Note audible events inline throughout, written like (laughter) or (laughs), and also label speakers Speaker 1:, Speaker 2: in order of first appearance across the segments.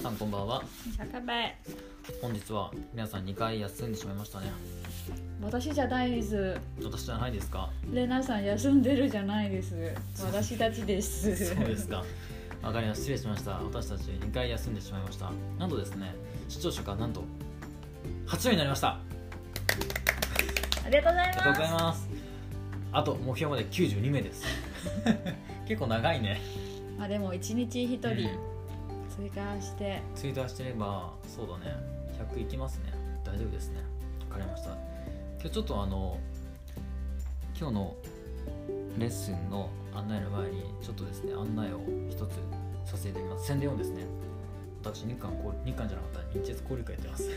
Speaker 1: さんこんばんは
Speaker 2: シャカベ
Speaker 1: 本日は皆さん2回休んでしまいましたね
Speaker 2: 私じゃないです
Speaker 1: 私じゃないですか
Speaker 2: レナさん休んでるじゃないです私たちです
Speaker 1: そうです
Speaker 2: (laughs)
Speaker 1: かわかりました失礼しました私たち2回休んでしまいましたなんとですね視聴者がなんと8人になりました
Speaker 2: ありがとうござい
Speaker 1: ありがとう
Speaker 2: ま
Speaker 1: ご
Speaker 2: す
Speaker 1: ざいますあと目標まで92名です
Speaker 2: (laughs)
Speaker 1: 結構長いね
Speaker 2: まあでも一日一人
Speaker 1: うん
Speaker 2: 追加して
Speaker 1: ツイートしてればそうだね100いきますね大丈夫ですねわかりました今日ちょっとあの今日のレッスンの案内の前にちょっとですね案内を一つさせていただきます宣伝をですね私日韓交日韓じゃなかった日越交流会やってます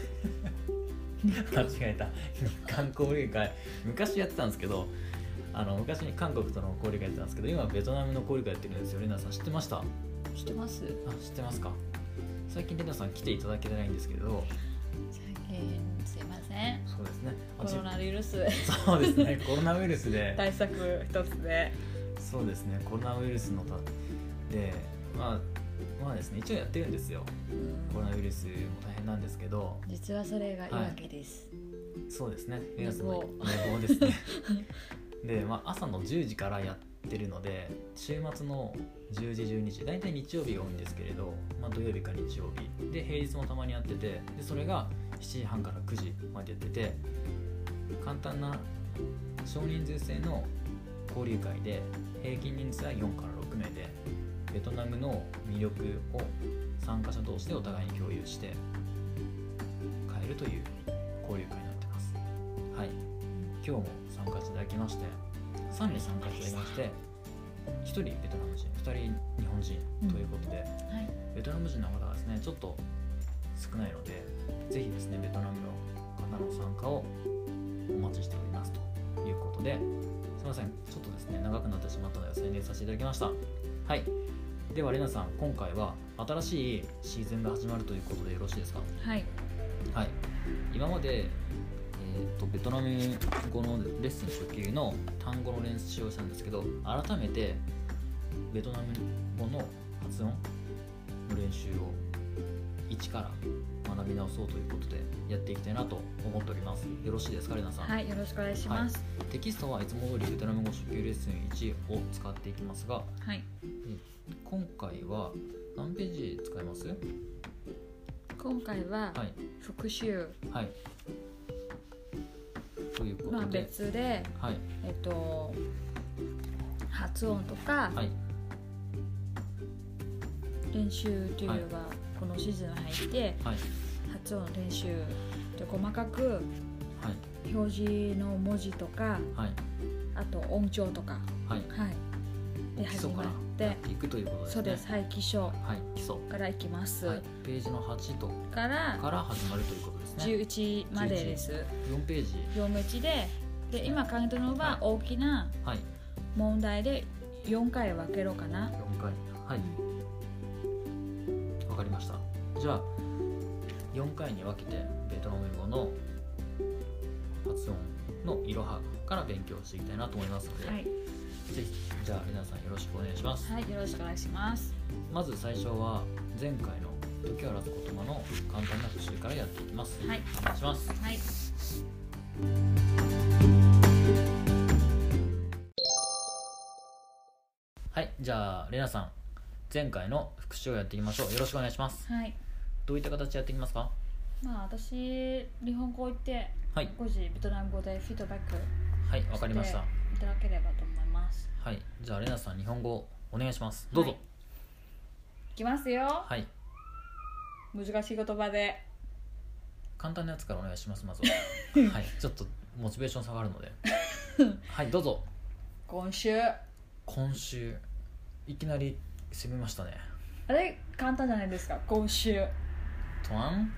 Speaker 1: (laughs) 間違えた日韓交流会昔やってたんですけどあの昔に韓国との交流会やってたんですけど今はベトナムの交流会やってるんですよレナさん知ってました
Speaker 2: 知ってます
Speaker 1: あ知ってますか最近レナさん来ていただけてないんですけど
Speaker 2: 最近すいません
Speaker 1: そうですねあ
Speaker 2: コロナウイルス
Speaker 1: じ (laughs) そうですねコロナウイルスで
Speaker 2: 対策一つで
Speaker 1: そうですねコロナウイルスのたでまあまあですね一応やってるんですよコロナウイルスも大変なんですけど
Speaker 2: 実はそれがいいわけです、
Speaker 1: そうですね皆さん
Speaker 2: 寝
Speaker 1: の
Speaker 2: 坊
Speaker 1: 寝坊 (laughs) ですねで、まあ、朝の10時からやってるので週末の10時12時大体日曜日が多いんですけれど、まあ、土曜日か日曜日で平日もたまにやっててでそれが7時半から9時までやってて簡単な少人数制の交流会で平均人数は4から6名でベトナムの魅力を参加者同士でお互いに共有して変えるという交流会になってますはい今日も参加していただきまして3人参加していただきまして1人ベトナム人2人日本人ということで、
Speaker 2: はい
Speaker 1: ベトナム人の方がですねちょっと少ないのでぜひですねベトナムの方の参加をお待ちしておりますということですいませんちょっとですね長くなってしまったので宣伝させていただきましたはいではレナさん今回は新しいシーズンが始まるということでよろしいですか
Speaker 2: はい
Speaker 1: はい、今まで、えー、とベトナム語のレッスン初級の単語の練習をしたんですけど改めてベトナム語の発音の練習を一から学び直そうということでやっていきたいなと思っておりますよろしいですかレナさん、
Speaker 2: はいよろしくお願いします
Speaker 1: テキストはいつも通りベトナム語初級レッスン1を使っていきますが
Speaker 2: はい、
Speaker 1: 今回は何ページ使います
Speaker 2: 今回は
Speaker 1: はい
Speaker 2: 復習、
Speaker 1: はいというこ
Speaker 2: まあ
Speaker 1: とで、
Speaker 2: 別で
Speaker 1: はい
Speaker 2: えっと発音とか、
Speaker 1: はい
Speaker 2: 練習というのはこのシーズン入って
Speaker 1: はい
Speaker 2: 発音の練習で細かく
Speaker 1: はい
Speaker 2: 表示の文字とか
Speaker 1: はい
Speaker 2: あと音調とか
Speaker 1: はい
Speaker 2: はいで
Speaker 1: 基
Speaker 2: 始
Speaker 1: 礎か
Speaker 2: まっ
Speaker 1: らやってていくということですね
Speaker 2: そうですはい基礎
Speaker 1: はい基礎
Speaker 2: からいきます、
Speaker 1: はいページの8と
Speaker 2: から
Speaker 1: から始まるということですね
Speaker 2: 11までです
Speaker 1: 4ページ
Speaker 2: 4打ちでで今考えてるの
Speaker 1: はい
Speaker 2: は大きな
Speaker 1: はい
Speaker 2: 問題で4回分けろかな
Speaker 1: 4回はいわかりましたじゃあ4回に分けてベトナム語の発音のいろはから勉強していきたいなと思いますので、
Speaker 2: はい、
Speaker 1: ぜひじゃあ皆さんよろしくお願いします
Speaker 2: はい、よろしくお願いします
Speaker 1: まず最初は前回の「時を表す言葉」の簡単な復習からやっていきます、
Speaker 2: はい
Speaker 1: お願いします
Speaker 2: はい
Speaker 1: はいじゃあレナさん前回の復習をやっていきましょうよろしくお願いします
Speaker 2: はい
Speaker 1: どういった形でやっていきますか
Speaker 2: まあ私日本語行って
Speaker 1: はい
Speaker 2: 5時ベトナム語でフィードバック
Speaker 1: はいわかりました
Speaker 2: いただければと思います
Speaker 1: はいじゃあレナさん日本語お願いしますどうぞ
Speaker 2: いきますよ
Speaker 1: はい、
Speaker 2: 難しい言葉で
Speaker 1: 簡単なやつからお願いしますまず
Speaker 2: (laughs)
Speaker 1: ははいちょっとモチベーション下がるのではいどうぞ
Speaker 2: 今週
Speaker 1: 今週いきなり攻めましたね
Speaker 2: あれ簡単じゃないですか今週
Speaker 1: トワン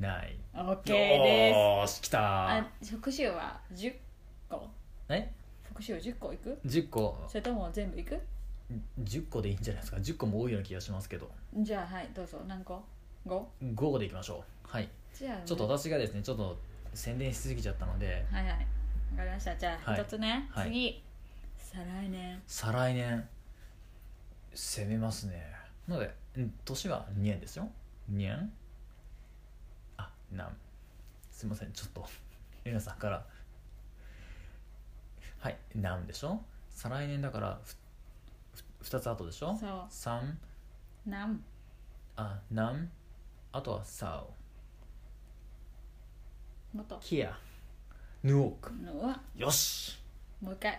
Speaker 1: ない
Speaker 2: OK で
Speaker 1: よ
Speaker 2: す
Speaker 1: ーし来た
Speaker 2: あ復習は10個
Speaker 1: え
Speaker 2: 復習10個いく
Speaker 1: 10個
Speaker 2: それとも全部いく
Speaker 1: 10個でいいんじゃないですか10個も多いような気がしますけど
Speaker 2: じゃあはいどうぞ何個 ?5?
Speaker 1: 5個でいきましょうはい
Speaker 2: じゃあ
Speaker 1: ちょっと私がですねちょっと宣伝しすぎちゃったので
Speaker 2: はいはいわかりましたじゃあ
Speaker 1: はい
Speaker 2: 1つね、
Speaker 1: はい
Speaker 2: 次再来年
Speaker 1: 再来年攻めますねなので、うん年は2円ですよ2円あなんすいませんちょっと (laughs) レナさんからはいなんでしょ再来年だから2つ後でしょ
Speaker 2: そう
Speaker 1: 3
Speaker 2: なん
Speaker 1: あなんあとはさお
Speaker 2: もっと
Speaker 1: キアヌオーク
Speaker 2: ぬわ
Speaker 1: よし
Speaker 2: もう一回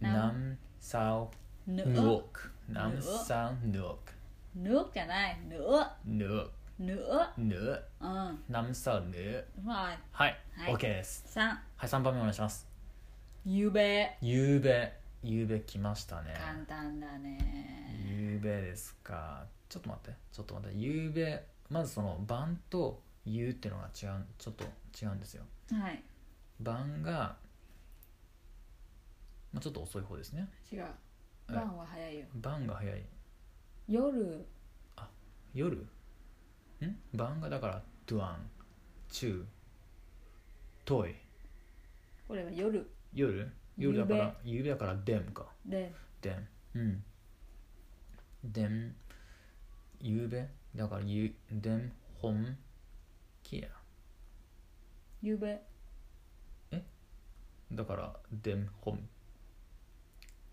Speaker 1: な
Speaker 2: なん
Speaker 1: さお
Speaker 2: ぬ
Speaker 1: ヌオー
Speaker 2: お
Speaker 1: クなんさおヌオーク
Speaker 2: ぬおじゃないぬお
Speaker 1: ヌオーク
Speaker 2: ぬお
Speaker 1: ヌオーク
Speaker 2: うん
Speaker 1: なんさおヌオーク
Speaker 2: まあ
Speaker 1: はい、
Speaker 2: はい
Speaker 1: OK です
Speaker 2: 三
Speaker 1: はい3番目お願いします
Speaker 2: ゆべ
Speaker 1: ゆうべゆうべ来ましたね
Speaker 2: 簡単だね
Speaker 1: ゆうべですかちょっと待ってちょっと待ってゆうべまずその晩とゆうっていうのが違うちょっと違うんですよ
Speaker 2: はい
Speaker 1: 晩が、まあ、ちょっと遅い方ですね
Speaker 2: 違う晩は早いよ
Speaker 1: 晩が早い
Speaker 2: 夜
Speaker 1: 夜ん晩がだからトゥアンチュートイ
Speaker 2: これは夜
Speaker 1: 夜夜だからゆうべだからデムか
Speaker 2: で
Speaker 1: でうんでんゆうべだからゆでんほんきや
Speaker 2: ゆべ
Speaker 1: だからでんほん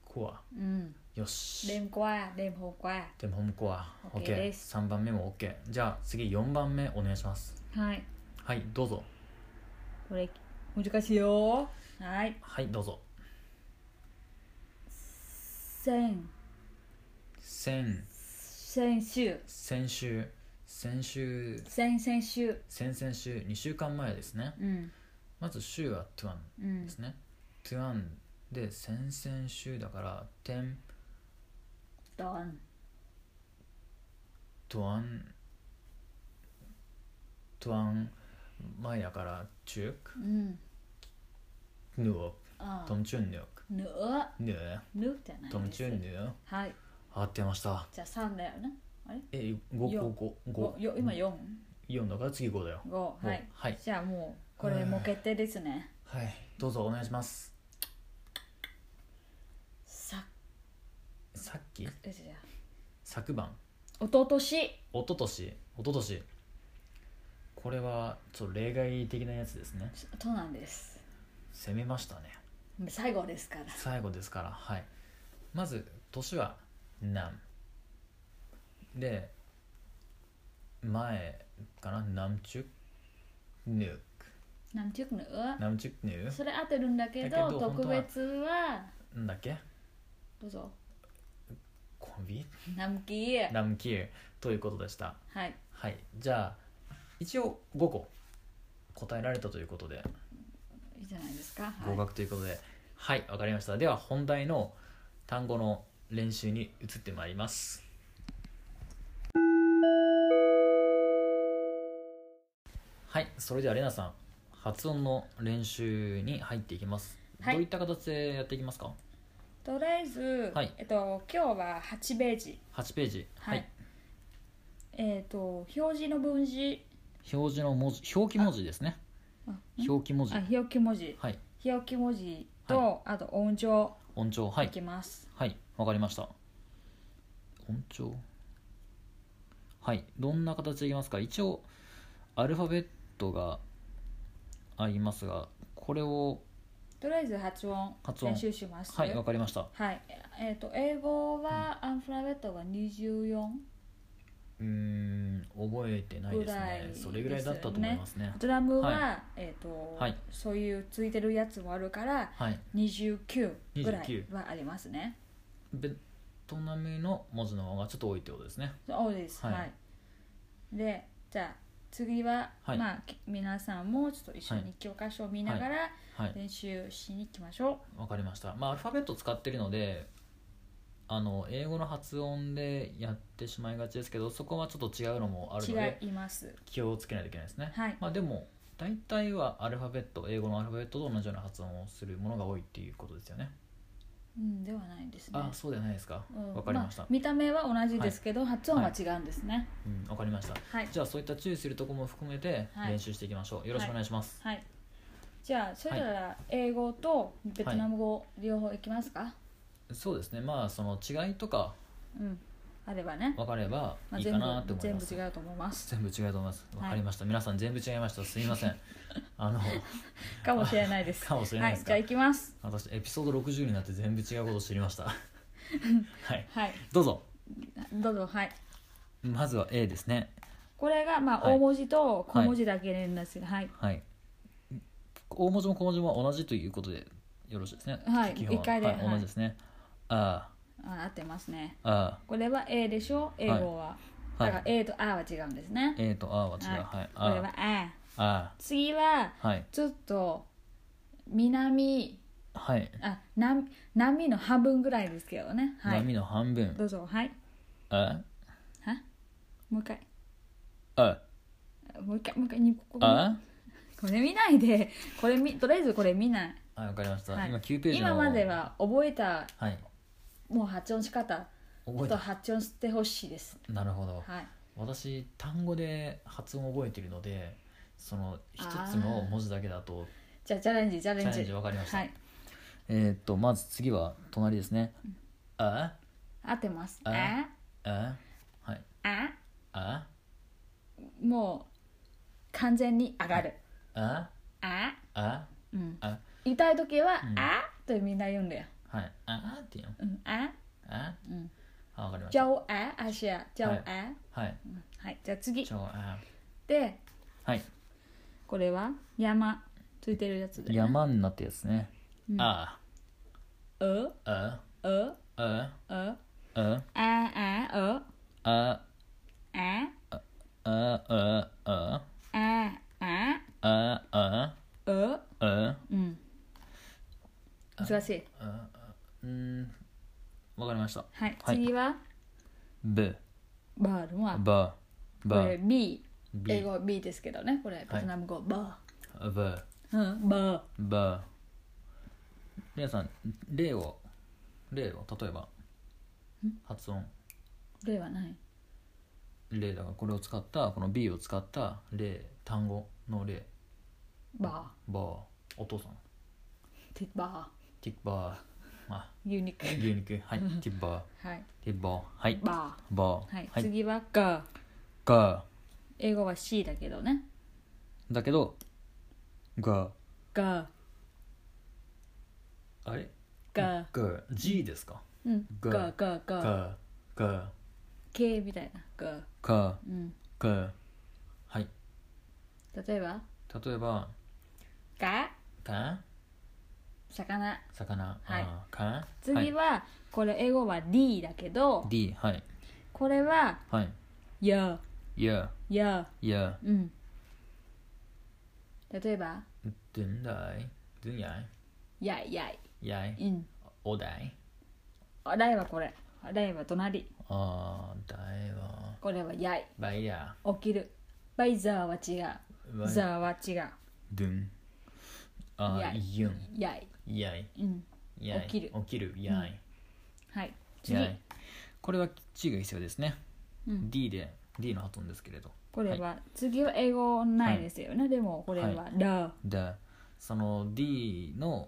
Speaker 1: こわ
Speaker 2: うん
Speaker 1: よし
Speaker 2: đêm qua đêm hôm qua
Speaker 1: でんほんこわ
Speaker 2: OK です
Speaker 1: OK3 番目も OK じゃあ次4番目お願いします
Speaker 2: はい
Speaker 1: はいどうぞ
Speaker 2: これ難しいよはい
Speaker 1: はいどうぞ
Speaker 2: 先
Speaker 1: 先
Speaker 2: 先週
Speaker 1: 先週先週
Speaker 2: 先々週
Speaker 1: 先々週2週間前ですね
Speaker 2: うん
Speaker 1: まず週はトゥアン
Speaker 2: うん
Speaker 1: ですね。トゥアンで先々週だから、テン、
Speaker 2: ドン
Speaker 1: トゥアン、トゥアン、前だから、チューク、
Speaker 2: うん
Speaker 1: ヌオ、
Speaker 2: あ
Speaker 1: トムチュンヌオク、
Speaker 2: nữa
Speaker 1: ヌー、
Speaker 2: nước じゃない
Speaker 1: トムチュンヌオ、
Speaker 2: はい
Speaker 1: 合ってました。
Speaker 2: じゃあ三だよね
Speaker 1: え、五
Speaker 2: よ
Speaker 1: 五五
Speaker 2: ご
Speaker 1: 五
Speaker 2: よ今四
Speaker 1: 四だから次五だよ。
Speaker 2: 五
Speaker 1: 五
Speaker 2: はい
Speaker 1: はい。
Speaker 2: じゃあもうこれもう決定ですね
Speaker 1: はい。どうぞお願いします。
Speaker 2: さ
Speaker 1: さっき、
Speaker 2: えじゃあ
Speaker 1: 昨晩、
Speaker 2: おととし
Speaker 1: 一昨年、一昨年。これは、ちょっと例外的なやつですね。
Speaker 2: そうなんです
Speaker 1: 攻めましたね。
Speaker 2: 最後ですから
Speaker 1: 最後ですからはいまず年は「南」で前かな「南中ぬ
Speaker 2: なんていうのう」
Speaker 1: 南中ぬ
Speaker 2: それ合ってるんだけ
Speaker 1: だけど
Speaker 2: ど特別は
Speaker 1: なんだっけ
Speaker 2: どうぞ
Speaker 1: コンビ
Speaker 2: 南紀
Speaker 1: 南キということでした
Speaker 2: はい
Speaker 1: はいじゃあ一応5個答えられたということで
Speaker 2: いいじゃないですか
Speaker 1: 合
Speaker 2: はい
Speaker 1: 格ということではいわ、かりましたでは本題の単語の練習に移ってまいりますはいそれではレナさん発音の練習に入っていきます、
Speaker 2: はい
Speaker 1: どういった形でやっていきますか
Speaker 2: とりあえず、
Speaker 1: はい
Speaker 2: えっと、今日は8ページ、
Speaker 1: 8ページ
Speaker 2: はいえっと表示の文字
Speaker 1: 表示の文字表記文字ですね
Speaker 2: あ
Speaker 1: 表記文字
Speaker 2: あ表記文字
Speaker 1: はい
Speaker 2: 表記文字と、あと音調
Speaker 1: 音調はい
Speaker 2: いきます、
Speaker 1: はいわかりました音調はいどんな形でいきますか一応アルファベットがありますがこれを
Speaker 2: とりあえず発音
Speaker 1: 発音
Speaker 2: 練習します
Speaker 1: はいわかりました
Speaker 2: はいえっと英語はアルファベットが24
Speaker 1: うーん覚えてないです
Speaker 2: ぐら
Speaker 1: ね
Speaker 2: い
Speaker 1: それぐらいだったと思いますね
Speaker 2: ドラムは、
Speaker 1: は
Speaker 2: えっと、
Speaker 1: はい
Speaker 2: そういうついてるやつもあるから
Speaker 1: はい
Speaker 2: 29ぐらい
Speaker 1: 29
Speaker 2: はありますね
Speaker 1: ベトナムの文字の方がちょっと多いってことですね
Speaker 2: そうです
Speaker 1: は
Speaker 2: はいい、でじゃあ次は、
Speaker 1: はい
Speaker 2: まあき皆さんもちょっと一緒
Speaker 1: は
Speaker 2: に教科書を見ながら
Speaker 1: はい
Speaker 2: 練習しに行きましょ
Speaker 1: わかりましたまあアルファベット使ってるのであの英語の発音でやってしまいがちですけどそこはちょっと違うのもあ
Speaker 2: う、
Speaker 1: るので
Speaker 2: 違います
Speaker 1: 気をつけないといけないですね、
Speaker 2: はい
Speaker 1: まあでも大体はアルファベット英語のアルファベットと同じような発音をするものが多いっていうことですよね
Speaker 2: うんではないですね
Speaker 1: あそうじゃないですかわ、
Speaker 2: うん
Speaker 1: かりました、
Speaker 2: あ見た目は同じですけど、発音は違うんですね
Speaker 1: うん、わかりました
Speaker 2: はい
Speaker 1: じゃあそういった注意するとこも含めて
Speaker 2: はい
Speaker 1: 練習していきましょう、よろしくお願いします
Speaker 2: はいじゃあそれなら英語とベトナム語両方いきますか、
Speaker 1: そうですねまあその違いとか
Speaker 2: うんあればね、
Speaker 1: 分かれば
Speaker 2: まあ、
Speaker 1: いいか
Speaker 2: 全部
Speaker 1: なと思い
Speaker 2: 全
Speaker 1: ま
Speaker 2: 部
Speaker 1: す、
Speaker 2: 違うと思います
Speaker 1: 全部違うと思います
Speaker 2: はい
Speaker 1: 分かりました、皆さん全部違いましたすいません
Speaker 2: (laughs)
Speaker 1: あの
Speaker 2: かもしれないです
Speaker 1: (laughs) かもしれないですか
Speaker 2: はい、じゃあ行きます
Speaker 1: 私エピソード60になって全部違うことを知りました
Speaker 2: (laughs)
Speaker 1: はい
Speaker 2: はい
Speaker 1: どうぞ
Speaker 2: どうぞはい
Speaker 1: まずは A ですね
Speaker 2: これがまあ
Speaker 1: はい
Speaker 2: 大文字と小文字だけなんですがはい
Speaker 1: はい大文字も小文字も同じということでよろしいですね
Speaker 2: はい
Speaker 1: 基本
Speaker 2: 一回で
Speaker 1: はい、
Speaker 2: はい
Speaker 1: 大文字ですね、あ
Speaker 2: あ合ってますね
Speaker 1: ああ
Speaker 2: これは A でしょ英語は、
Speaker 1: あは
Speaker 2: だから
Speaker 1: い
Speaker 2: A と R は違うんですね、
Speaker 1: A とあは違うはい、
Speaker 2: これは
Speaker 1: あ
Speaker 2: A
Speaker 1: あ
Speaker 2: 次は
Speaker 1: はい
Speaker 2: ちょっと南
Speaker 1: はい、
Speaker 2: あ南波の半分ぐらいですけどねはい
Speaker 1: 波の半分
Speaker 2: どうぞはい
Speaker 1: あ
Speaker 2: はもう一回
Speaker 1: あ
Speaker 2: もう一回もう一回にここ
Speaker 1: あ
Speaker 2: これ見ないでこれ見とりあえずこれ見ない、
Speaker 1: はいわかりました、
Speaker 2: はい
Speaker 1: 今9ページの
Speaker 2: 今までは覚えた
Speaker 1: はい
Speaker 2: もう発音し方
Speaker 1: 覚え
Speaker 2: と
Speaker 1: た
Speaker 2: 発音してほしいです
Speaker 1: なるほど
Speaker 2: はい
Speaker 1: 私単語で発音を覚えているのでその一つの文字だけだと
Speaker 2: じゃあチャレンジチャレン
Speaker 1: チ
Speaker 2: ジ
Speaker 1: ャレンジわかりました、
Speaker 2: はい
Speaker 1: えーっとまず次は隣ですね、あ
Speaker 2: 合ってます
Speaker 1: あ
Speaker 2: あ
Speaker 1: あはい
Speaker 2: あ
Speaker 1: あ
Speaker 2: もう完全に上がる
Speaker 1: あ
Speaker 2: あ
Speaker 1: あ
Speaker 2: うん
Speaker 1: あ
Speaker 2: 痛い時は
Speaker 1: うん
Speaker 2: あとみんな言うんだよ
Speaker 1: はいあって言うの
Speaker 2: うんあ
Speaker 1: あ
Speaker 2: うん
Speaker 1: あわかりまし
Speaker 2: じゃ
Speaker 1: た
Speaker 2: あああしやじゃああ
Speaker 1: はい
Speaker 2: うんはいじゃあ次
Speaker 1: じゃあ
Speaker 2: で
Speaker 1: はい
Speaker 2: これは山ついてるやつで
Speaker 1: 山になってやつですね、
Speaker 2: うん
Speaker 1: あ
Speaker 2: う
Speaker 1: あ
Speaker 2: う
Speaker 1: あ
Speaker 2: う
Speaker 1: あ
Speaker 2: ああう
Speaker 1: あ
Speaker 2: あ
Speaker 1: あああ
Speaker 2: ああ
Speaker 1: ああ
Speaker 2: う
Speaker 1: あ
Speaker 2: うん難しい
Speaker 1: うんわかりました
Speaker 2: はい
Speaker 1: はい
Speaker 2: 次は
Speaker 1: ブ
Speaker 2: バールは
Speaker 1: バ
Speaker 2: こ
Speaker 1: バ
Speaker 2: れ B 英
Speaker 1: ビ
Speaker 2: 語 B ですけどねこれベトナム語バ
Speaker 1: バ
Speaker 2: ーうんバ
Speaker 1: バ皆さん例を例を例えば発音
Speaker 2: ー例はない
Speaker 1: 例だからこれを使ったこの B を使った例単語の例
Speaker 2: バ
Speaker 1: バーお父さん
Speaker 2: ーティッバ
Speaker 1: ティッバーまあ
Speaker 2: ーユニック
Speaker 1: 牛肉
Speaker 2: (laughs)
Speaker 1: はいティッバー
Speaker 2: はい
Speaker 1: ティッバーはい
Speaker 2: バ
Speaker 1: バ
Speaker 2: ーはい
Speaker 1: ーはい
Speaker 2: 次はガー
Speaker 1: ガ
Speaker 2: 英語は C だけどね
Speaker 1: ーだけどガー
Speaker 2: ガー
Speaker 1: あれ
Speaker 2: ガー
Speaker 1: ガー G ですか
Speaker 2: うん
Speaker 1: ガ
Speaker 2: ガ
Speaker 1: ー
Speaker 2: ーガーガ
Speaker 1: ガ
Speaker 2: ー
Speaker 1: ーガー
Speaker 2: K みたいなガー
Speaker 1: ガー
Speaker 2: うん
Speaker 1: ガーはい
Speaker 2: 例えば
Speaker 1: 例えば
Speaker 2: ガ
Speaker 1: ガ
Speaker 2: 魚
Speaker 1: 魚
Speaker 2: はい
Speaker 1: あーガ
Speaker 2: 次は、これ英語は D だけど
Speaker 1: D はい
Speaker 2: これは
Speaker 1: はい
Speaker 2: や
Speaker 1: Yeah
Speaker 2: や
Speaker 1: Yeah
Speaker 2: うん例えば
Speaker 1: どんだいどんや
Speaker 2: やいやい
Speaker 1: いやい
Speaker 2: うん
Speaker 1: おだい
Speaker 2: あライはこれライは隣
Speaker 1: あーだいは
Speaker 2: これはやい
Speaker 1: バイヤ
Speaker 2: 起きるバイザーは違
Speaker 1: ー
Speaker 2: う
Speaker 1: バイ
Speaker 2: ザーは違う
Speaker 1: どんあ
Speaker 2: や
Speaker 1: ー
Speaker 2: い
Speaker 1: ユン
Speaker 2: やい
Speaker 1: やい
Speaker 2: うん
Speaker 1: やい
Speaker 2: 起きる
Speaker 1: 起きるやい
Speaker 2: はい次
Speaker 1: やいこれは注意が必要ですね
Speaker 2: うん
Speaker 1: D で D の発音ですけれど
Speaker 2: これは、次は英語ないですよね、でもこれは、
Speaker 1: は
Speaker 2: ラ
Speaker 1: でその D の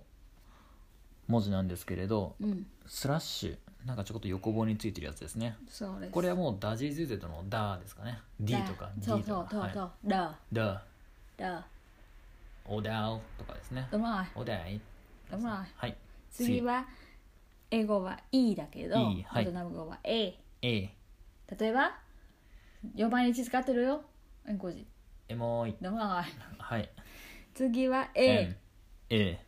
Speaker 1: 文字なんですけれど
Speaker 2: うん
Speaker 1: スラッシュなんかちょっと横棒についてるやつですね
Speaker 2: そうです
Speaker 1: これはもうダジーズゼットのダーですかね D
Speaker 2: ラ
Speaker 1: とか D
Speaker 2: そうそ
Speaker 1: と
Speaker 2: うそうそ
Speaker 1: か
Speaker 2: うラ
Speaker 1: ダ
Speaker 2: ラ
Speaker 1: オダオとかですね
Speaker 2: どうもない
Speaker 1: おだい
Speaker 2: どうもない
Speaker 1: はい
Speaker 2: 次は英語は E だけど、
Speaker 1: E はい
Speaker 2: ベトナム語は A
Speaker 1: A
Speaker 2: 例えば4毎日使ってるよ5時
Speaker 1: エモい
Speaker 2: どうもない
Speaker 1: はい
Speaker 2: 次は
Speaker 1: A
Speaker 2: A
Speaker 1: A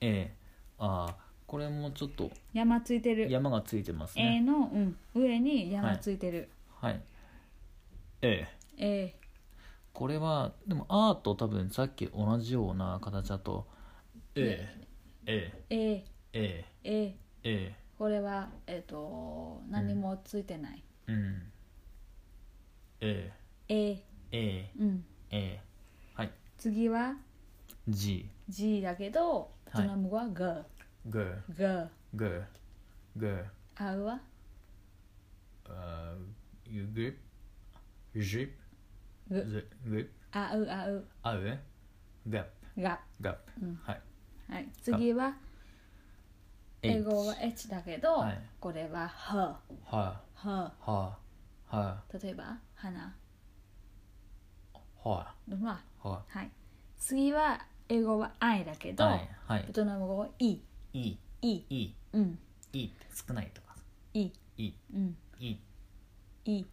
Speaker 1: A あーこれもちょっと
Speaker 2: 山ついてる、
Speaker 1: 山がついてますね
Speaker 2: A の、うん、上に山ついてる、
Speaker 1: はい A
Speaker 2: A
Speaker 1: これはでも R と多分さっき同じような形だと A A
Speaker 2: A
Speaker 1: A
Speaker 2: A
Speaker 1: A
Speaker 2: これはえっ、と何もついてない、
Speaker 1: うん A
Speaker 2: A
Speaker 1: A
Speaker 2: うん
Speaker 1: A はい
Speaker 2: 次は
Speaker 1: G
Speaker 2: G だけどベトナム語は G、
Speaker 1: G
Speaker 2: G
Speaker 1: G G
Speaker 2: R は
Speaker 1: uh, you grip grip
Speaker 2: Grip.
Speaker 1: the grip
Speaker 2: R R
Speaker 1: our gap
Speaker 2: G
Speaker 1: gap
Speaker 2: うん
Speaker 1: はい
Speaker 2: はい、次は英語は H だけど、
Speaker 1: はい
Speaker 2: これは Her
Speaker 1: H
Speaker 2: は
Speaker 1: はいは
Speaker 2: 例えば花
Speaker 1: いは
Speaker 2: のは、
Speaker 1: いは
Speaker 2: はい、次は英語は愛だけ
Speaker 1: い
Speaker 2: ど、
Speaker 1: はいはい
Speaker 2: ベトナム語はいい
Speaker 1: いい
Speaker 2: いい
Speaker 1: いい
Speaker 2: うん
Speaker 1: いいって少ないとか
Speaker 2: いい
Speaker 1: いい
Speaker 2: うん
Speaker 1: いい
Speaker 2: いい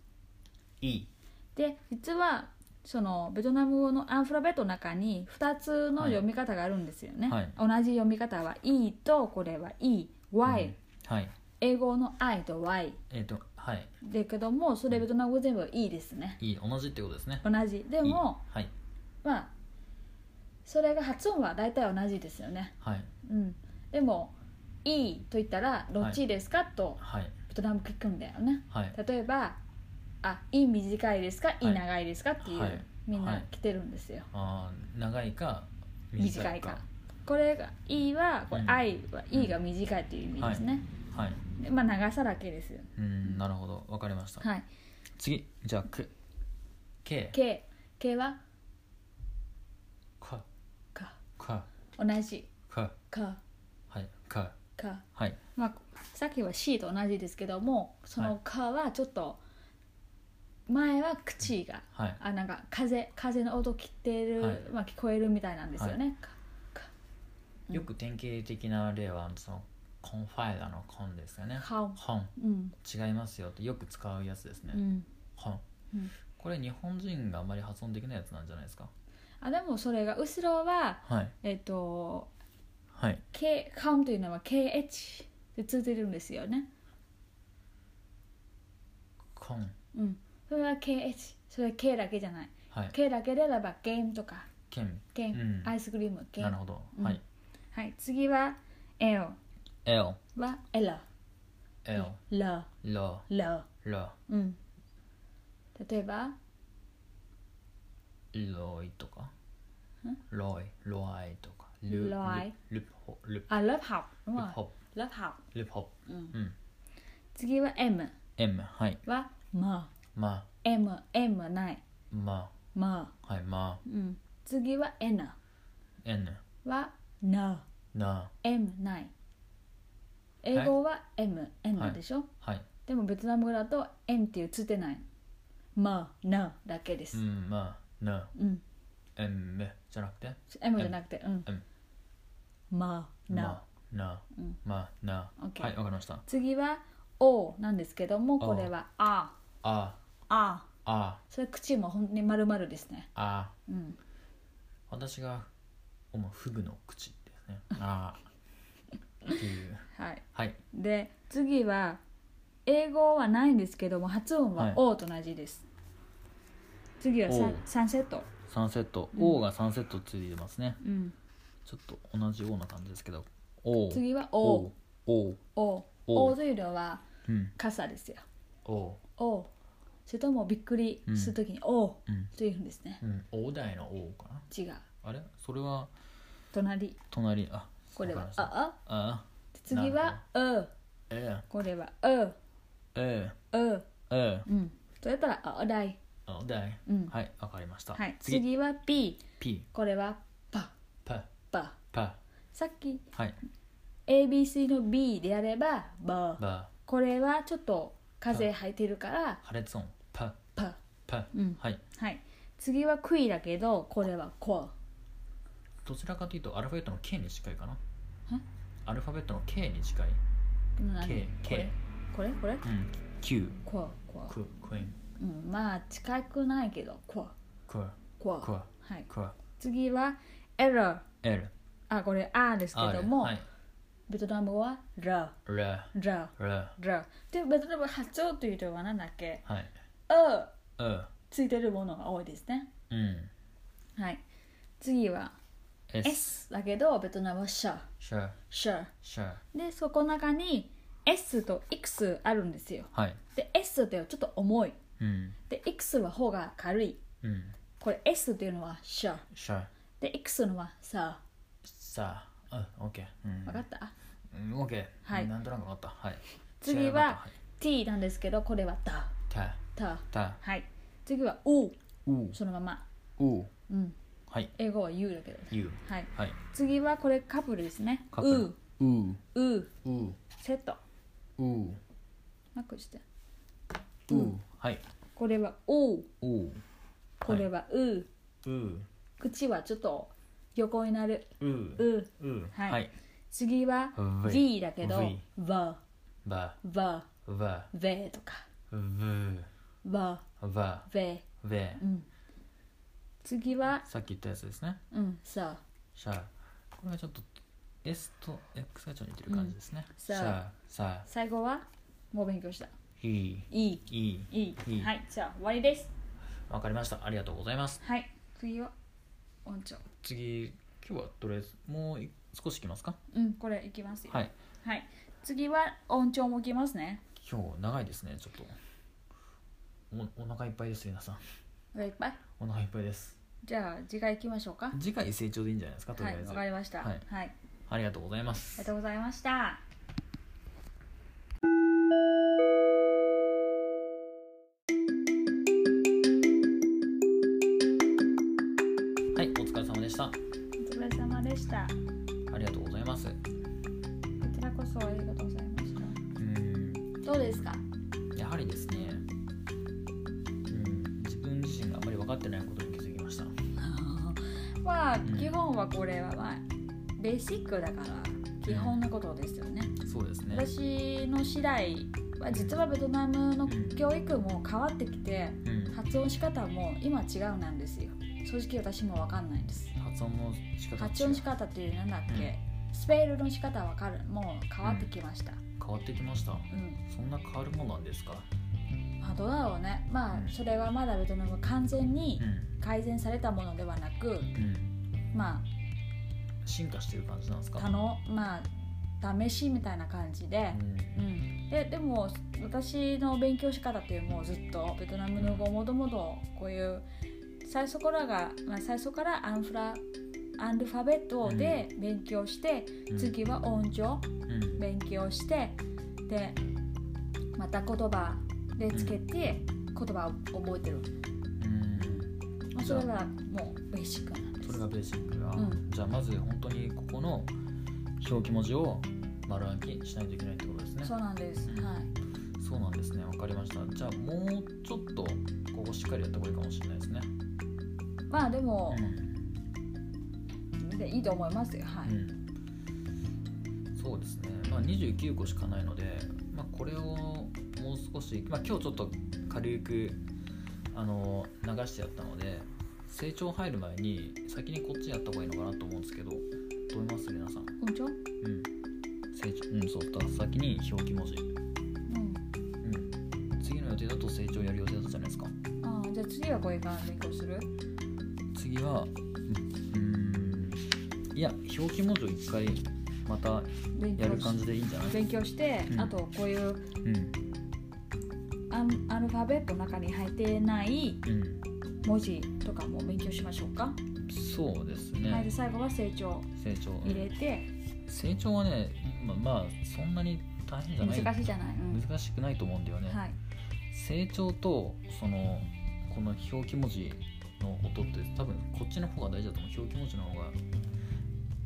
Speaker 1: いい
Speaker 2: で実はそのベトナム語のアルファベットの中に2つの読み方があるんですよね、
Speaker 1: はい
Speaker 2: 同じ読み方は「E」とこれは「E」「Y、
Speaker 1: うんはい
Speaker 2: 英語の「I」と「Y
Speaker 1: えっ、とはい」
Speaker 2: だけどもそれベトナム語全部「E」ですね
Speaker 1: いい同じってことですね
Speaker 2: 同じで
Speaker 1: いい
Speaker 2: も
Speaker 1: はい
Speaker 2: まあそれが発音は大体同じですよね
Speaker 1: はい
Speaker 2: うんでも「E」と言ったら「どっちですか?」と
Speaker 1: はい
Speaker 2: ベトナム聞くんだよね
Speaker 1: はい
Speaker 2: 例えば「あいい短いですかいい
Speaker 1: はい
Speaker 2: 長いですか?」っていう、
Speaker 1: はい
Speaker 2: みん
Speaker 1: は
Speaker 2: ない来てるんですよ、
Speaker 1: あー長いか
Speaker 2: 短いかこれが「い」はこれ
Speaker 1: う
Speaker 2: 「
Speaker 1: ん
Speaker 2: 愛」は「い」が短いという意味ですね、
Speaker 1: はい
Speaker 2: でまあ長さだけですよ
Speaker 1: うんなるほどわかりました
Speaker 2: はい
Speaker 1: 次じゃあくけ
Speaker 2: 「け」「け」は
Speaker 1: か
Speaker 2: 「か
Speaker 1: か」
Speaker 2: 同じ
Speaker 1: か
Speaker 2: 「か」
Speaker 1: はいか
Speaker 2: 「か
Speaker 1: はい」
Speaker 2: まあさっきは「し」と同じですけどもそ
Speaker 1: は
Speaker 2: の「か」はちょっと前は口が
Speaker 1: はい
Speaker 2: あなんか風風の音聞ってる、
Speaker 1: はい
Speaker 2: まあ、聞こえるみたいなんですよね、かかうん
Speaker 1: よく典型的な例はそのコンファイダのコンですよね
Speaker 2: かん
Speaker 1: コン
Speaker 2: うん
Speaker 1: 違いますよってよく使うやつですね
Speaker 2: うん
Speaker 1: コン
Speaker 2: うん
Speaker 1: これ日本人があまり発音できないやつなんじゃないですか
Speaker 2: あでもそれが後ろは
Speaker 1: はい
Speaker 2: えっ、と
Speaker 1: はい
Speaker 2: K カウンというのは KH でついてるんですよね。
Speaker 1: コン
Speaker 2: うん。それは KH。それは K だけじゃない。
Speaker 1: はい
Speaker 2: K だけであればゲームとか、
Speaker 1: ケン
Speaker 2: ゲーム、
Speaker 1: うん
Speaker 2: アイスクリーム、ゲー
Speaker 1: なる
Speaker 2: ム。
Speaker 1: ほど
Speaker 2: うん
Speaker 1: はい
Speaker 2: はい。次は L
Speaker 1: L
Speaker 2: は L。
Speaker 1: L
Speaker 2: L。
Speaker 1: ラ
Speaker 2: L。
Speaker 1: ラ
Speaker 2: うん。例えば、
Speaker 1: ロイとかロイロイとか
Speaker 2: ロイ
Speaker 1: ルルホル
Speaker 2: あ、lớp học。
Speaker 1: ル
Speaker 2: đúng rồi。
Speaker 1: ホ
Speaker 2: lớp học。
Speaker 1: ルホ
Speaker 2: うん。
Speaker 1: うん
Speaker 2: 次は M
Speaker 1: M はい
Speaker 2: は M。
Speaker 1: ま
Speaker 2: M、M ない。
Speaker 1: ま
Speaker 2: M。
Speaker 1: はいま
Speaker 2: うん。次は N
Speaker 1: N
Speaker 2: は N。
Speaker 1: な
Speaker 2: M ない英語は M、
Speaker 1: は
Speaker 2: N
Speaker 1: い
Speaker 2: でしょ
Speaker 1: はい
Speaker 2: でもベトナム語だと M っていうついてないまあなだけです、
Speaker 1: う
Speaker 2: うん
Speaker 1: んまな M じゃなくて
Speaker 2: M じゃなくてうん、
Speaker 1: M
Speaker 2: まあな
Speaker 1: まな
Speaker 2: うん
Speaker 1: まな
Speaker 2: OK
Speaker 1: はいわかりました
Speaker 2: 次は O なんですけども
Speaker 1: O
Speaker 2: これは R
Speaker 1: あ
Speaker 2: R
Speaker 1: あ
Speaker 2: それ口も本当に丸々ですね
Speaker 1: あ
Speaker 2: うん
Speaker 1: 私が思うフグの口ですねああっていう
Speaker 2: はい
Speaker 1: はい
Speaker 2: で次は英語はないんですけども発音
Speaker 1: は
Speaker 2: はい O と同じです、次は 3,
Speaker 1: O
Speaker 2: 3セット
Speaker 1: サンセット
Speaker 2: うん
Speaker 1: O がサンセットついてますね
Speaker 2: うん
Speaker 1: ちょっと同じような感じですけど O
Speaker 2: 次は O
Speaker 1: O O
Speaker 2: O
Speaker 1: O
Speaker 2: O というのは
Speaker 1: うん
Speaker 2: 傘ですよ
Speaker 1: O
Speaker 2: O それともびっくりするときに O
Speaker 1: うん
Speaker 2: というんですね
Speaker 1: う、ん O 台の O かな
Speaker 2: 違う
Speaker 1: あれそれは
Speaker 2: 隣
Speaker 1: 隣あ
Speaker 2: これ
Speaker 1: わかり
Speaker 2: は
Speaker 1: ました
Speaker 2: ああ
Speaker 1: あ
Speaker 2: 次はう
Speaker 1: え
Speaker 2: これはう
Speaker 1: え
Speaker 2: う
Speaker 1: ええ
Speaker 2: うんそれだったらああだい
Speaker 1: お題
Speaker 2: うん
Speaker 1: は
Speaker 2: はい、
Speaker 1: いわかりました次
Speaker 2: 次は B
Speaker 1: P
Speaker 2: これはパ
Speaker 1: パ
Speaker 2: パ
Speaker 1: パ
Speaker 2: さっき
Speaker 1: はい
Speaker 2: ABC の B であればバ
Speaker 1: バ
Speaker 2: これはちょっと風入ってるから
Speaker 1: 破裂音パ
Speaker 2: パ
Speaker 1: パ
Speaker 2: うん
Speaker 1: はい
Speaker 2: はい次はクイだけどこれはコ
Speaker 1: どちらかというとアルファベットの K に近いかなアルファベットの K に近い K
Speaker 2: これ
Speaker 1: K
Speaker 2: これこれ
Speaker 1: うん Q
Speaker 2: コアコア
Speaker 1: ククイーン
Speaker 2: うん、まあ近くないけどコア
Speaker 1: ク
Speaker 2: コア
Speaker 1: ク
Speaker 2: はい、
Speaker 1: ク
Speaker 2: 次は error
Speaker 1: L
Speaker 2: あこれ R ですけ
Speaker 1: R
Speaker 2: ども、
Speaker 1: はい
Speaker 2: ベトナム語は r
Speaker 1: R
Speaker 2: r
Speaker 1: R
Speaker 2: r でベトナム発音というのは何だっけ
Speaker 1: はい
Speaker 2: r
Speaker 1: う
Speaker 2: ついてるものが多いですね
Speaker 1: うん
Speaker 2: はい次は
Speaker 1: S
Speaker 2: S だけどベトナムは s h
Speaker 1: シャ
Speaker 2: s h
Speaker 1: シャ
Speaker 2: でそこの中に S と X あるんですよ
Speaker 1: はい
Speaker 2: で S ってちょっと重い
Speaker 1: うん
Speaker 2: で X は方が軽い
Speaker 1: うん
Speaker 2: これ S っていうのは s h
Speaker 1: シャ
Speaker 2: で X のはさ
Speaker 1: さあうん OK うん
Speaker 2: 分かった
Speaker 1: うん、オッケー。
Speaker 2: はい
Speaker 1: なんとなくわかった。はい。
Speaker 2: 次は
Speaker 1: 違い
Speaker 2: T なんですけどこれはタ
Speaker 1: 分かったはい
Speaker 2: タ
Speaker 1: た、た、
Speaker 2: はい次は U
Speaker 1: う、
Speaker 2: そのまま
Speaker 1: う、
Speaker 2: うん
Speaker 1: はい、
Speaker 2: 英語は U だけどね
Speaker 1: ゆ、
Speaker 2: はい
Speaker 1: はい。
Speaker 2: 次はこれカップルですね
Speaker 1: カップルう、
Speaker 2: U U
Speaker 1: う、
Speaker 2: セット
Speaker 1: う、
Speaker 2: なくして
Speaker 1: う
Speaker 2: うん
Speaker 1: はい
Speaker 2: これは「おう
Speaker 1: おう」
Speaker 2: これ
Speaker 1: は
Speaker 2: は「う」
Speaker 1: いう
Speaker 2: 口はちょっと横になる
Speaker 1: う
Speaker 2: 「
Speaker 1: う
Speaker 2: う
Speaker 1: う
Speaker 2: はい
Speaker 1: はい」
Speaker 2: 次は「
Speaker 1: V
Speaker 2: V」だけど
Speaker 1: V
Speaker 2: 「ば」
Speaker 1: ば
Speaker 2: 「ば」
Speaker 1: ば
Speaker 2: 「べ」とか
Speaker 1: ぶ
Speaker 2: 「ば」
Speaker 1: ば
Speaker 2: 「べ
Speaker 1: べ」
Speaker 2: うん次は
Speaker 1: さっき言ったやつですね
Speaker 2: 「うんさあ
Speaker 1: シャーこれはちょっと S と X がちょっと似てる感じですねシ
Speaker 2: シャ
Speaker 1: ャ
Speaker 2: ー
Speaker 1: ーさ」
Speaker 2: 最後はもう勉強した
Speaker 1: ーい
Speaker 2: 「いい」
Speaker 1: いい
Speaker 2: 「い
Speaker 1: いい
Speaker 2: い」はいじゃあ終わりです
Speaker 1: わかりましたありがとうございます
Speaker 2: はい次は音調
Speaker 1: 次今日はとりあえずもうい少しいきますか
Speaker 2: うんこれいきますよ
Speaker 1: はい
Speaker 2: はい、次は音調もいきますね
Speaker 1: 今日長いですねちょっとおお腹いっぱいです皆さん
Speaker 2: お腹いっぱい
Speaker 1: お腹いっぱいです
Speaker 2: じゃあ次回行きましょうか
Speaker 1: 次回成長でいいんじゃないですかとり
Speaker 2: は
Speaker 1: あ
Speaker 2: い
Speaker 1: えず、
Speaker 2: わかりました
Speaker 1: は
Speaker 2: はいい、あり
Speaker 1: ありがとうございます
Speaker 2: がとうございました
Speaker 1: はいお疲れ様でした
Speaker 2: お疲れ様でしたこ
Speaker 1: ありがとうございますう
Speaker 2: ちらこそありがとうございまし
Speaker 1: ー
Speaker 2: たどうですか (laughs)
Speaker 1: んやはりですねうん自分自身があまり分かってないことに気づきました
Speaker 2: まあ、
Speaker 1: ん
Speaker 2: 基本はこれはまあベーシックだから基本のことですよね、
Speaker 1: そうですね
Speaker 2: 私の次第は実はベトナムの教育も変わってきて
Speaker 1: うん
Speaker 2: 発音仕方も今違うなんですよ正直私もわかんないんです
Speaker 1: 発音の仕方が違う
Speaker 2: 発音の仕方ってなんだっけ、スペルの仕方わかるもう変わってきました、
Speaker 1: 変わってきました
Speaker 2: うん
Speaker 1: そんな変わるものなんですか
Speaker 2: まあどうだろうねま
Speaker 1: うん
Speaker 2: あそれはまだベトナム完全に
Speaker 1: うん
Speaker 2: 改善されたものではなく
Speaker 1: うん
Speaker 2: ま
Speaker 1: 進化してる感じなんです
Speaker 2: あ
Speaker 1: か
Speaker 2: 他のまあ試しみたいな感じで
Speaker 1: う、ん
Speaker 2: うん、ででも私の勉強仕方っていうもうずっとベトナムの語もともとこういう最初からが、まあ、最初からアンフラアンルファベットで勉強して、
Speaker 1: うん
Speaker 2: 次は音調
Speaker 1: うん
Speaker 2: 勉強してでまた言葉でつけて言葉を覚えてる、
Speaker 1: うん
Speaker 2: まあ、それはもうベーシックなんです
Speaker 1: それがベーシックだ、
Speaker 2: うん
Speaker 1: じゃあまず本当にここの表記文字を丸暗記しないといけないってことですね
Speaker 2: そうなんです、
Speaker 1: うん
Speaker 2: はい
Speaker 1: そうなんですねわかりましたじゃあもうちょっとここしっかりやった方がいいかもしれないですね
Speaker 2: まあでも
Speaker 1: う、ん、
Speaker 2: でいいと思いますよはい、
Speaker 1: うんそうですねまあ29個しかないので、まあ、これをもう少し、まあ、今日ちょっと軽くあの流してやったので成長入る前に先にこっちやった方がいいのかなと思うんですけどどう思います皆さん
Speaker 2: 音調、う
Speaker 1: うん、成長うんそうだから先に表記文字、
Speaker 2: ん、
Speaker 1: うん、次の予定だと成長やる予定だったじゃないですか
Speaker 2: ああじゃあ次はこれから勉強する
Speaker 1: 次はうんうんいや表記文字を一回また
Speaker 2: 勉
Speaker 1: や
Speaker 2: 強
Speaker 1: る
Speaker 2: し
Speaker 1: 感じでいいんじゃない
Speaker 2: 勉強して、
Speaker 1: うん
Speaker 2: あとこういう
Speaker 1: うん
Speaker 2: アンアルファベットの中に入ってない文字とかも勉強しましょうか、
Speaker 1: うんそうです
Speaker 2: はいで
Speaker 1: ね
Speaker 2: 最後は成長
Speaker 1: 成長、うん
Speaker 2: 入れて、
Speaker 1: 成長はねままあそんなに大変じゃない
Speaker 2: 難しいじゃない、うん
Speaker 1: 難しくないと思うんだよね、
Speaker 2: はい
Speaker 1: 成長とそのこの表記文字の音って多分こっちの方が大事だと思う表記文字の方が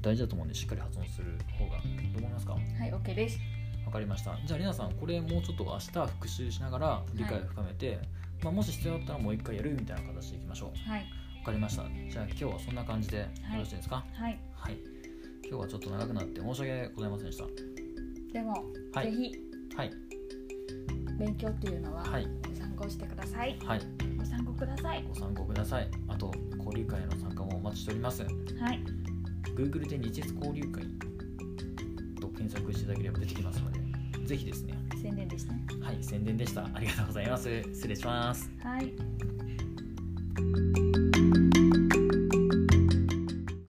Speaker 1: 大事だと思うんでしっかり発音する方がどう思いますかわ
Speaker 2: はい OK です
Speaker 1: かりましたじゃありなさんこれもうちょっと明日復習しながら理解を深めて、まあ、もし必要だったらもう一回やるみたいな形でいきましょう
Speaker 2: はい
Speaker 1: わかりましたじゃあ今日はそんな感じでよろしいですか
Speaker 2: はい
Speaker 1: はい、今日はちょっと長くなって申し訳ございませんでし
Speaker 2: でも、
Speaker 1: たはい
Speaker 2: ぜひ
Speaker 1: はい
Speaker 2: 勉強というのは
Speaker 1: はい
Speaker 2: 参考してください。
Speaker 1: はい
Speaker 2: ご参考ください。
Speaker 1: ご参考くださいあと交流会の参加もお待ちしております
Speaker 2: はい。
Speaker 1: Google で日越交流会と検索していただければ出てきますので、ぜひですね。
Speaker 2: 宣伝ですね。
Speaker 1: はい、宣伝でした。ありがとうございます。失礼します。
Speaker 2: はい。